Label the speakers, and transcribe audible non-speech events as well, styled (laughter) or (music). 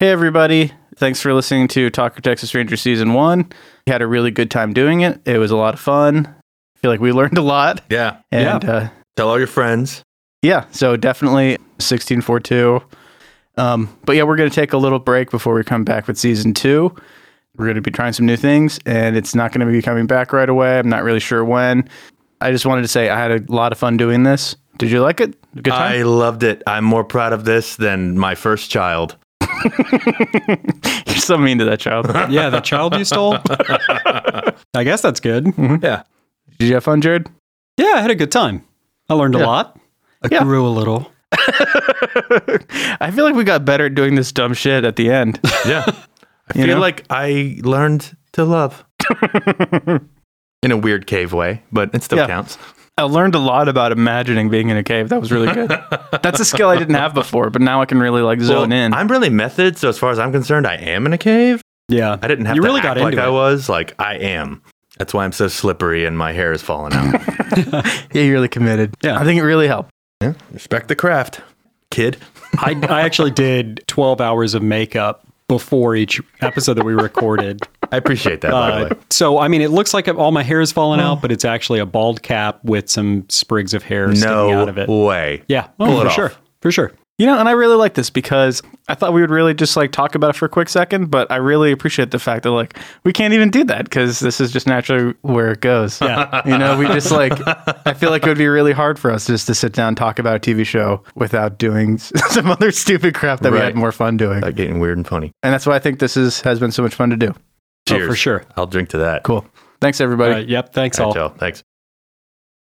Speaker 1: Hey, everybody. Thanks for listening to Talker Texas Ranger Season 1. We had a really good time doing it. It was a lot of fun. I feel like we (laughs) learned a lot.
Speaker 2: Yeah.
Speaker 1: And yeah, uh,
Speaker 2: Tell all your friends.
Speaker 1: yeah so definitely 1642. Um, but yeah, we're going to take a little break before we come back with Season 2. We're going to be trying some new things, and it's not going to be coming back right away. I'm not really sure when. I just wanted to say I had a lot of fun doing this. Did you like it? Good time?
Speaker 2: I loved it. I'm more proud of this than my first child.
Speaker 1: (laughs) You're so mean to that (laughs) child. Did
Speaker 3: Yeah, the child you stole. (laughs) I guess that's good.
Speaker 2: Yeah.
Speaker 1: you have fun, Jared?
Speaker 3: Yeah, I had a good time. I learned a lot. I
Speaker 1: Yeah.
Speaker 3: grew a little.
Speaker 1: I feel like we got better at doing this dumb shit at the end.
Speaker 2: (laughs) Yeah. I
Speaker 1: You
Speaker 2: feel
Speaker 1: know?
Speaker 2: like I learned to
Speaker 3: (laughs)
Speaker 2: love in a weird cave way, but it still
Speaker 1: Yeah.
Speaker 2: counts.
Speaker 1: I learned a lot about imagining being in a cave. That was really (laughs) good. That's a skill I didn't have before, but now I can really like zone
Speaker 2: Well,
Speaker 1: in.
Speaker 2: I'm really method, so as far as I'm concerned, I am in a cave.
Speaker 3: Yeah.
Speaker 2: I didn't have
Speaker 3: You
Speaker 2: to
Speaker 3: really
Speaker 2: act
Speaker 3: got
Speaker 2: like
Speaker 3: into
Speaker 2: I
Speaker 3: it.
Speaker 2: was. Like I am. That's why I'm so slippery and my hair is falling
Speaker 3: (laughs)
Speaker 2: out.
Speaker 1: yeah, you're really committed.
Speaker 3: Yeah.
Speaker 1: I think it really helped.
Speaker 2: Yeah, Respect the craft, kid.
Speaker 3: I, I actually did 12 hours of makeup before each episode that we recorded.
Speaker 2: I appreciate that. by the
Speaker 3: Uh,
Speaker 2: way.
Speaker 3: so, I mean, it looks like all my hair is falling out, but it's actually a bald cap with some sprigs of hair sticking
Speaker 2: No
Speaker 3: out of it.
Speaker 2: way.
Speaker 3: Yeah.
Speaker 2: Pull
Speaker 3: Oh,
Speaker 2: it
Speaker 3: for
Speaker 2: off.
Speaker 3: sure. For sure.
Speaker 1: You know, and I really like this because I thought we would really just like talk about it for a quick second, but I really appreciate the fact that like we can't even do that because this is just naturally where it goes. (laughs)
Speaker 3: Yeah.
Speaker 1: You know, we just like, I feel like it would be really hard for us just to sit down and talk about a TV show without doing (laughs) some other stupid crap that we
Speaker 2: Right.
Speaker 1: had more fun doing.
Speaker 2: Like getting weird and funny.
Speaker 1: And that's why I think this is, has been so much fun to do.
Speaker 3: Oh,
Speaker 2: Cheers.
Speaker 3: for sure.
Speaker 2: I'll drink to that.
Speaker 1: Cool. Thanks, everybody.
Speaker 3: All right, Uh, yep. Thanks
Speaker 2: All
Speaker 3: all.
Speaker 2: right, Joe. Thanks.